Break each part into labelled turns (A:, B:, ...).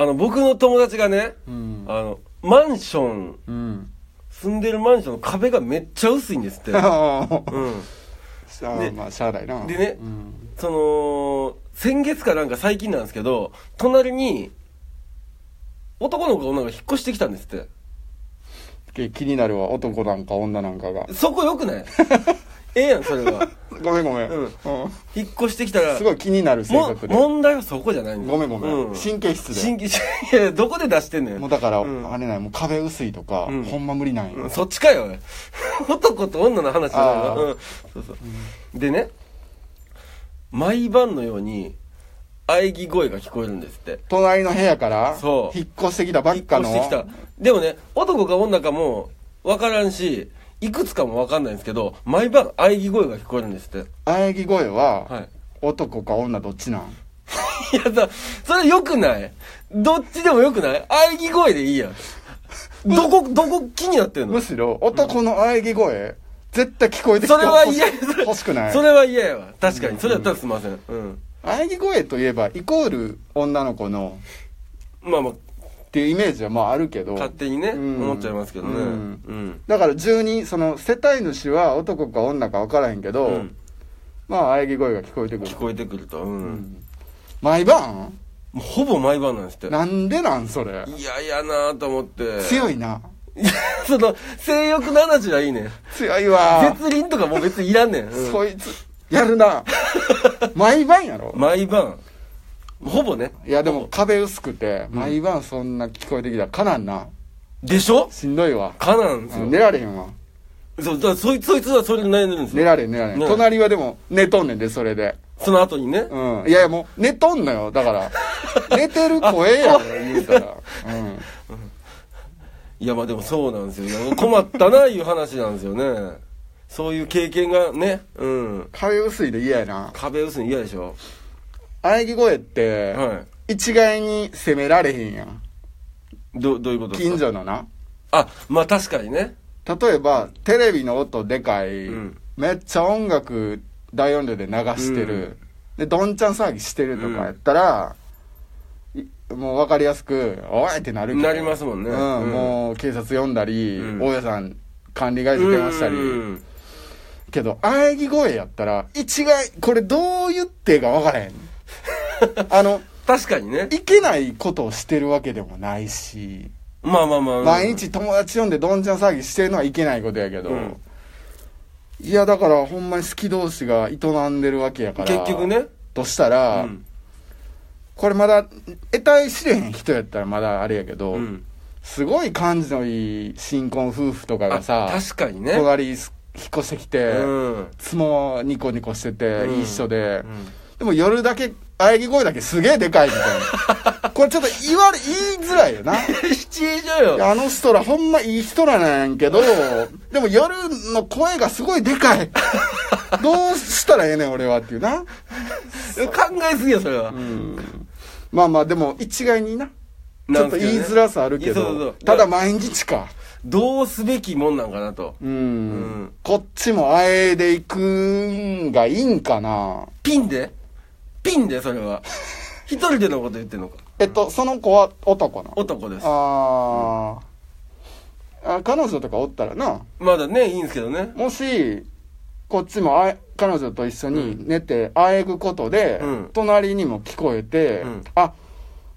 A: あの、僕の友達がね、
B: うん
A: あの、マンション、
B: うん
A: 住んでるマンションの壁がめっちゃ薄いん ですって。
B: う
A: うん。で
B: んまあしゃあないな
A: でね
B: うん
A: その、先月かなんか最近なんですけど、隣に、男の子が女の子が引っ越してきたんですって。
B: け気になるわ男なんか女なんかが
A: そこよく ないええやん、それは。
B: ごめんごめん、
A: うん
B: うん
A: 引っ越してきたら、
B: すごい気になる性
A: も
B: 格で
A: 問題はそこじゃない
B: ごめんごめん、
A: うん、
B: 神経質で
A: 神経質いやどこで出してんねん
B: もうだから、
A: うん
B: あれないもう壁薄いとか、
A: うん
B: ほんま無理なんよ、
A: うんそっちかよ 男と女の話じゃない
B: あ
A: の、
B: ー
A: うん、そうそう、でね毎晩のように喘ぎ声が聞こえるんですって
B: 隣の部屋から
A: そう
B: 引っ越してきたばっかの
A: 引っ越してきたでもね男か女かも分からんしいくつかも分かんないんですけど毎晩喘ぎ声が聞こえるんですって
B: 喘ぎ声は、
A: はい
B: 男か女どっちなん
A: いやさそれよくないどっちでもよくない喘ぎ声でいいやんどこどこ気になってんの
B: むしろ男の喘ぎ声、絶対聞こえてきて
A: それは嫌や
B: 欲し欲しくない
A: それは嫌やわ確かにそれやったらすいませんうん
B: 喘ぎ声といえばイコール女の子の
A: まあまあ
B: っていうイメージはまああるけど
A: 勝手にね
B: うん
A: 思っちゃいますけどね
B: う
A: うんん
B: だから住人その世帯主は男か女か分からへんけど、
A: うん
B: まあ喘ぎ声が聞こえてくる
A: 聞こえてくるとう
B: うんん毎晩
A: もうほぼ毎晩なんですって
B: なんでなんそれ
A: いやいやなと思って
B: 強
A: い
B: いな
A: その性欲の話はいいねん
B: 強いわ
A: 絶倫とかもう別にいらんねんうん
B: そいつやる な毎晩やろ
A: 毎晩ほぼね
B: いやでも壁薄くて毎晩そんな聞こえてきたらかなんな
A: でしょ
B: しんどいわ
A: かなんですよ
B: 寝られへんわ
A: そうだからそいそいつはそれで悩んでるんです
B: 寝
A: よ
B: られへん寝られへん
A: ね
B: 隣はでも寝とんねんでそれで
A: その後にね
B: うんいやいやもう寝とんのよだから 寝てる声やろ言うたらうん
A: いやまあでもそうなんですよいや困ったないう話なんですよねそういう経験がねうん
B: 壁薄いで嫌やな
A: 壁薄いの嫌でしょ
B: 喘ぎ声って
A: は
B: 一概に責められへんやん
A: いどどういうことですか
B: 近所のな
A: あまあ確かにね
B: 例えばテレビの音でかい、
A: うん
B: めっちゃ音楽大音量で流してる、
A: うん
B: でどんちゃん騒ぎしてるとかやったら、いもう分かりやすく「おい!」ってなるけど
A: なりますもんね
B: うん
A: うん
B: もう警察呼んだり、
A: うん
B: 大家さん管理会社電話したり、
A: うん
B: けど喘ぎ声やったら一概これどう言っていいか分からへん あの
A: 確かにね
B: いけないことをしてるわけでもないし
A: まあまあまあ、うん
B: 毎日友達呼んでどんちゃん騒ぎしてるのはいけないことやけど、
A: うん
B: いやだからほんまに好き同士が営んでるわけやから
A: 結局ね
B: としたら、
A: うん
B: これまだ得体知れへん人やったらまだあれやけど、
A: うん
B: すごい感じのいい新婚夫婦とかがさ
A: あ確かにね
B: 隣す引っ越してきて、
A: うん
B: つもニコニコしてて、
A: うん
B: 一緒
A: う
B: で、
A: ん
B: でも夜だけ喘ぎ声だけすげえでかいみたいなこれちょっと言われ言いづらい よな
A: シチュエーション
B: い
A: よ
B: やあの人らほんまいい人らなんやけど、でも夜の声がすごいでかい。どうしたらええねん俺はっていうな。
A: 考えすぎよそれは、
B: まあまあでも一概にな。ち
A: な
B: ょっ
A: ん
B: と
A: すけど
B: 言
A: ね
B: いづらさあるけ
A: いやそうそ
B: ど
A: う、
B: ただ毎日か。
A: どうすべきもんなんかなと
B: うん。
A: ん
B: こっちもあえで行くんがいいんかな。
A: ピンでピンでそれは一人でのこと言ってんのか
B: えっと、その子は男なの。
A: 男です
B: あーあ。彼女とかおったらな。
A: まだねいいんですけどね
B: もしこっちもあえ彼女と一緒に寝てあえぐことで、
A: うん
B: 隣にも聞こえて、
A: うん
B: あ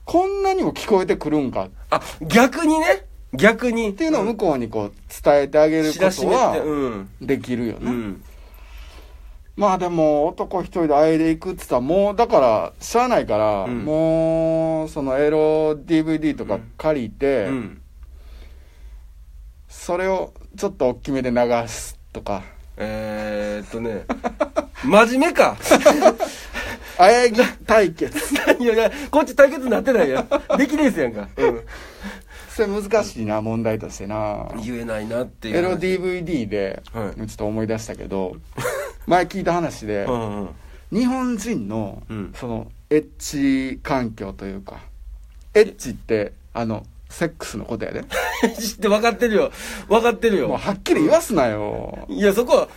B: こんなにも聞こえてくるんかっ
A: あ逆にね逆にって
B: いうのを向こうにこう伝えてあげるこ
A: 知らし
B: と
A: めって
B: は
A: うん
B: できるよね、
A: うん
B: まあでも男一人であえでいくっつったらもうだからしゃあないから、
A: うん
B: もうそのエロ DVD とか借り
A: う
B: て、
A: ん
B: それをちょっと大きめで流すとか
A: えー、っとね 真面目か
B: あえぎ対決
A: いやいやこっち対決になってないやんできレースやんか、うん、
B: それ難しいな問題としてな
A: 言えないなっていう
B: エロ DVD で、
A: はい
B: ちょっと思い出したけど前聞いた話で、
A: うん うん
B: 日本人の、
A: うん
B: そのエッチ環境というかエッチってあのセックスのことやで、
A: 知って分かってるよ分かってる
B: もう
A: よ
B: はっきり言わすなよ、
A: いやそこは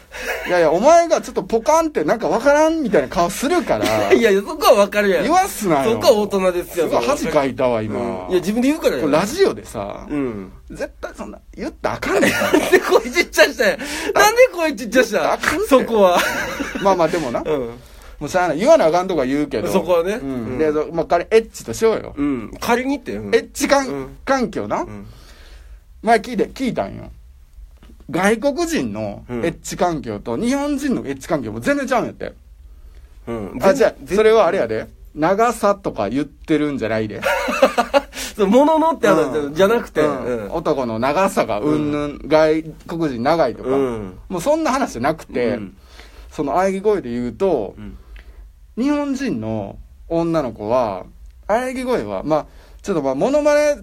B: いやいや、お前がちょっとポカンってなんかわからんみたいな顔するから、
A: いやいや、そこはわかるやん。
B: 言わすなよ
A: そこは大人ですよ。
B: すごい恥か
A: い
B: いたわ、今。
A: いや、自分で言うから
B: これ
A: よ。
B: ラジオでさ、
A: うん。
B: 絶対そんな、言ったらあかんねんから
A: なんで声ちっちゃしたんやなんで声ちっちゃした
B: あかんて
A: そこは。
B: まあまあ、でもな、
A: うん。
B: もうしゃあない。言わなあかんとか言うけど。
A: そこはね
B: う
A: うん
B: ん。で、そまあ、彼、エッチとしようよ。
A: うん。仮にって。うん
B: エッチ環
A: うん
B: 環境な
A: う。ん。
B: 前聞いて、聞いたんよ。外国人のエ
A: うん
B: ッチ環境と日本人のエッチ環境も全然ちゃうんやって。
A: うん。
B: あ、じゃあ、
A: 全
B: それはあれやで。長さとか言ってるんじゃないで。
A: そうもののって話だよ
B: うん
A: じゃなくて。
B: うん
A: うん。
B: 男の長さがうんぬん、外国人長いとか、
A: うん
B: もうそんな話じゃなくて、
A: うん
B: その喘ぎ声で言うと
A: う、ん
B: 日本人の女の子は喘ぎ声はまあちょっとまあモノマネ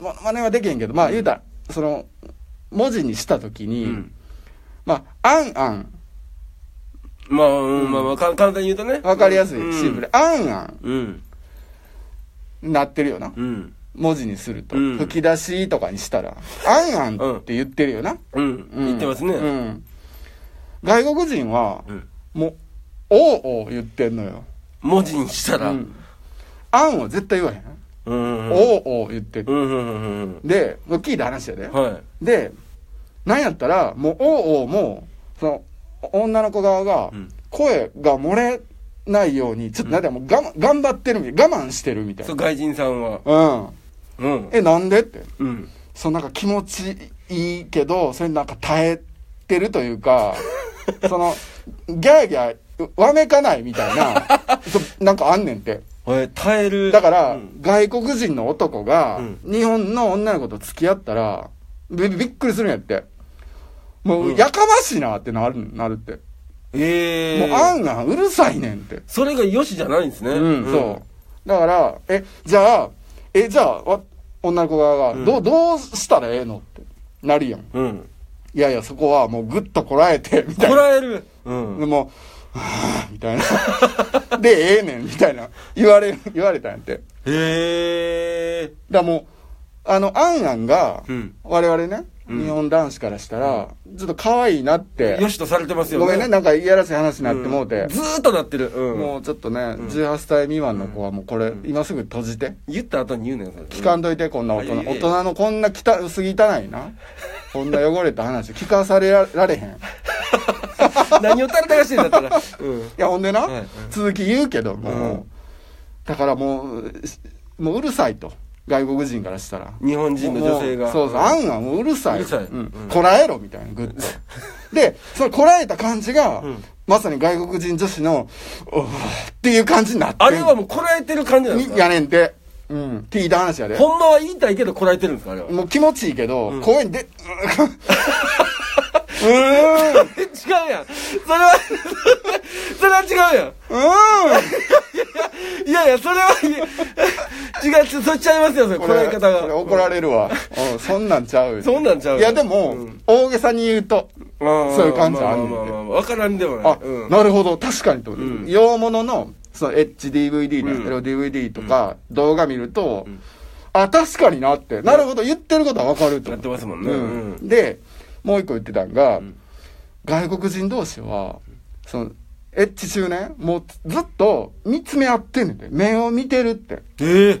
B: モノマネはできへんけどまあ言うたらその文字にした時
A: う
B: に、
A: ん。
B: まあ「あんあん
A: まあ、うんまあまあ、か簡単に言うとね。」
B: わかりやすい、
A: うん
B: シンプル「あんあん
A: うん。」
B: なってるよな
A: うん。
B: 文字にすると、
A: うん
B: 吹き出しとかにしたら「あんあ
A: うん
B: ん」って言ってるよな、
A: うん。
B: うん
A: 言ってますね。
B: う
A: うん
B: ん外国人はもう「おうおう」言ってんのよ
A: 文字にした
B: 「
A: ら。
B: う
A: うん
B: ん、あん」は絶対言わへん「
A: うんうん。
B: おうおう」言ってる
A: うんうんうん
B: で、もう聞いた話やで
A: うん。。はい。
B: で、なんやったら、もう、おうおうも、その、女の子側が
A: うん、
B: 声が漏れないように、ちょっとなんだもう我慢、頑張ってるみたい、我慢してるみたい
A: そう、外人さんは。
B: な。うん。
A: うん。
B: え、なんでって。
A: うん。
B: そのなんか気持ちいいけど、それなんか耐えてるという か、その、ギャーギャー、わめかないみたいな、 そうなんかあんねんって。
A: え、耐える。
B: だから、
A: うん
B: 外国人の男が、
A: う
B: 日本の女の子と付き合ったら、びびっくりするんやって。もう、
A: うん
B: やかましいなってなる、なるって。
A: ええ。
B: もう、あんがうるさいねんって。
A: それがよしじゃないんですね。
B: うん、そう。だから、え、じゃあ、え、じゃあ、わ女の子側
A: うん
B: が、どう、どうしたらええのって、なるやん。
A: う。うん。
B: いやいや、そこはもうぐっとこらえて、みたい
A: こ
B: な。
A: らえる。うん。
B: でもう、はぁ、みたいな。で、ええねん、みたいな。言われ、言われたんやって。
A: へえ。
B: だからもう、あの、アンアンが、
A: うん。
B: 我々ね、
A: うん
B: 日本男子からしたら、ちょっと可愛いなって。
A: よしとされてますよね。
B: ごめんね、なんかいやらしい話になってもうて
A: ん。ずーっとなってる。うん。
B: もうちょっとね、
A: ん
B: 18歳未満の子はもうこれ、
A: うん
B: 今すぐ閉じて。
A: 言った後に言うねん、それ。
B: 聞かんといて、こんな大人。
A: うん
B: 大人のこんな汚すぎたいな。こんな汚れた話、聞かされられへん。い
A: 何を垂れ流してんだったら。うん。
B: や、ほんでな、
A: はいはい
B: 続き言うけども、
A: うん
B: だからもう、しもううるさいと。外国人からしたら。
A: 日本人の女性
B: も
A: が。
B: うそうそう、あんはもううるさい。
A: うるさい
B: ん
A: うん
B: こらえろ、みたいな、ぐ っと。で、そのこらえた感じが、
A: うん
B: まさに外国人女子の、おーっていう感じになってん
A: あれはもうこらえてる感じなんです
B: に
A: か
B: やねんて。うん。聞いた話やで。
A: ほんまは言いたいけどこらえてるんですか、あれは。
B: もう気持ちいいけど、
A: ん
B: 公園で、うーん、う
A: 違うやん。それは、 それは違うやん。
B: ー
A: いやいや、それは、い や違う、ちょそっちゃいますよ、それ、
B: ん。
A: こらえ方
B: これ
A: が。
B: 怒られるわ。うんそんなんちゃうよ。
A: そんなんちゃうよ
B: いや、でも、
A: うん
B: 大げさに言うと、
A: そ
B: そういう感じあんねんて
A: まあまあまあまあ、わからんでもない
B: あ。、
A: うん
B: なるほど、確かにと思って、
A: うん
B: 洋物の、その HDVD ね、
A: うん
B: LDVD とか、動画見ると、
A: ん
B: あ、確かになって、なるほど、言ってることはわかると
A: や
B: 思
A: っ
B: う。
A: てますもんね。
B: うん
A: うん
B: で、もう一個言ってたんが、
A: ん
B: 外国人同士は、その、エッチ中ね、もうずっと見つめ合ってんねんて。目を見てるって。
A: ええ。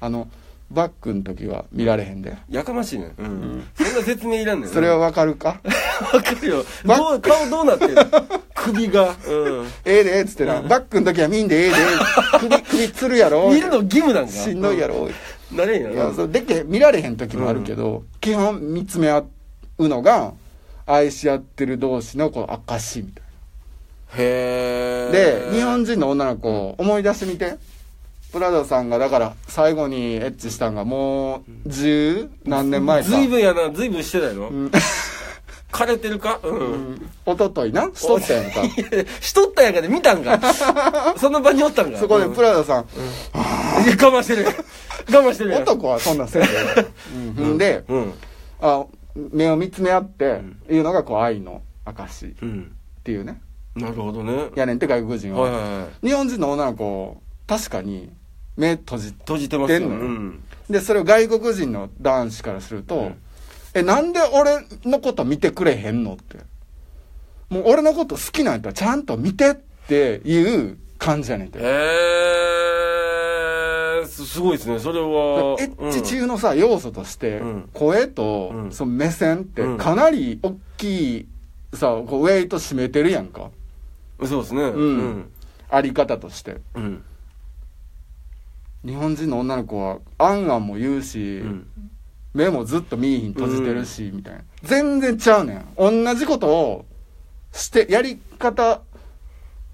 B: あの、バックの時は見られへんで。
A: やかましいね。うん。そんな説明いらんねん。
B: それはわか るか
A: わかるよ。
B: ま
A: どう、顔どうなってる 首が。う
B: ええで、つってな。バックの時は見んでええで。首、首つるや
A: ん。。
B: ろ
A: 見るの義務なんか。
B: しんどいやろ。
A: うん。なれんや
B: い
A: ろ
B: や、。そうでけ、見られへん時もあるけど、基本見つめ合うのが、愛し合ってる同士のこう証みたいな。
A: へ
B: で、日本人の女の子を思い出してみて。プラザさんが、だから、最後にエッチしたんが、もう、十何年前か。
A: ずいぶんやな、ずいぶんしてないの
B: ん
A: 枯れてるかう。
B: うんんおとといな、しとったやんか。
A: いや しとったんやんかで見たん か。その場におったんか。
B: そこでプラザさん、
A: うんいや我慢してる。 我慢してるやん。
B: 男はそんなんせんでええ。うんで、
A: うん。
B: あ、目を見つめ合って、いうのが、こう、愛の証っ
A: うん。
B: ていうね。
A: なるほどね。はい
B: やねんって外国人
A: はい
B: は。
A: はい。
B: 日本人の女の子確かに目閉じ
A: 閉じてますよ。
B: 出んのよ
A: うん。
B: でそれを外国人の男子からすると「
A: うん
B: えなんで俺のこと見てくれへんの?」ってもう俺のこと好きなんやったらちゃんと見てっていう感じやねんて。
A: えー、すすごいですね、それは。
B: エッチ中のさ、要素として、
A: うん
B: 声と、
A: うん
B: その目線って
A: うん
B: かなり大きいさこうウェイト占めてるやんか
A: うんそうですね。
B: んあり方として
A: うん。うん。
B: 日本人の女の子はあんあんも言うし、
A: うん
B: 目もずっと見えひん閉じてるし、みたいな全然ちゃうねん同じことをしてやり方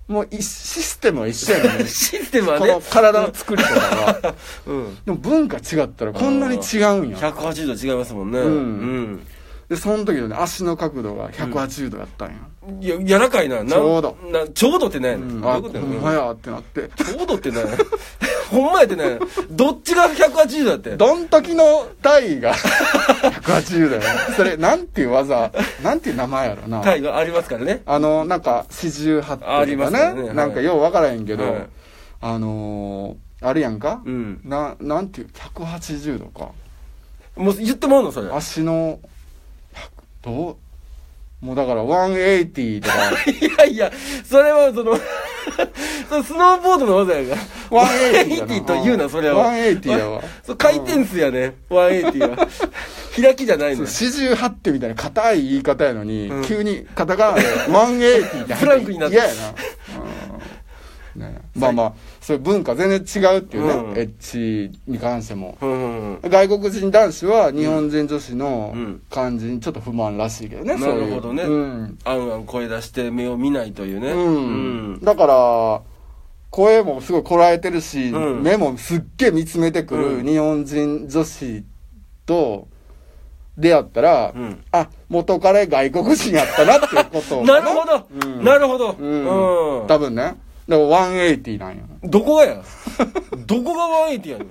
B: もういシステムは一緒やねん
A: システムは
B: こ
A: ね
B: の、体の作りとか が
A: うん、
B: でも文化違ったらこんなに違うんや
A: 180度違いますもんね。
B: うんでその時のね足の角度が180度やったんや、
A: うんいや柔らかいな。な
B: ちょうど
A: なちょうどってない
B: うん
A: の、
B: あ
A: どういうこと
B: ほ
A: や
B: んまやってなって
A: ちょうどってない ほんまやってないどっちが180度だって。
B: どん時の体位 が180だよねそれなんていう技なんていう名前やろな
A: タイがありますからね。
B: あのなんか四十八手
A: あ
B: と
A: りま
B: か
A: す
B: ね
A: よねはい
B: なんかよう分からへんけど、
A: はい
B: あのー、あるやんか、
A: うん。
B: ななんていう180度か
A: もう言ってもらうの、それ。
B: 足の100どうもうだから180とか
A: いやいや、それはその、 そのスノーボードの技やが。
B: 180だな
A: 180と言うな、それは。
B: 180やわ
A: そう回転数やね、180は。 開きじゃないのよ。
B: 四十八手みたいな硬い言い方やのに、
A: うん
B: 急にカタカナで180って
A: フランクになって
B: 嫌やな、うんねまあまあそういう文化全然違うっていうね、
A: うん
B: エッチに関しても
A: うん。
B: 外国人男子は日本人女子の
A: うん
B: 感じにちょっと不満らしいけどね、
A: な
B: そういう
A: るほどね
B: うん、
A: あんあん声出して目を見ないというね。
B: うんだから声もすごいこらえてるし、
A: うん
B: 目もすっげえ見つめてく
A: う
B: る
A: ん
B: 日本人女子と出会ったら、
A: うん
B: あ元彼外国人やったなっていうこと を
A: なるほど、
B: うん
A: なるほど、
B: う
A: うん
B: ん、多分ねだから180なんよ
A: どこがやどこが180やねん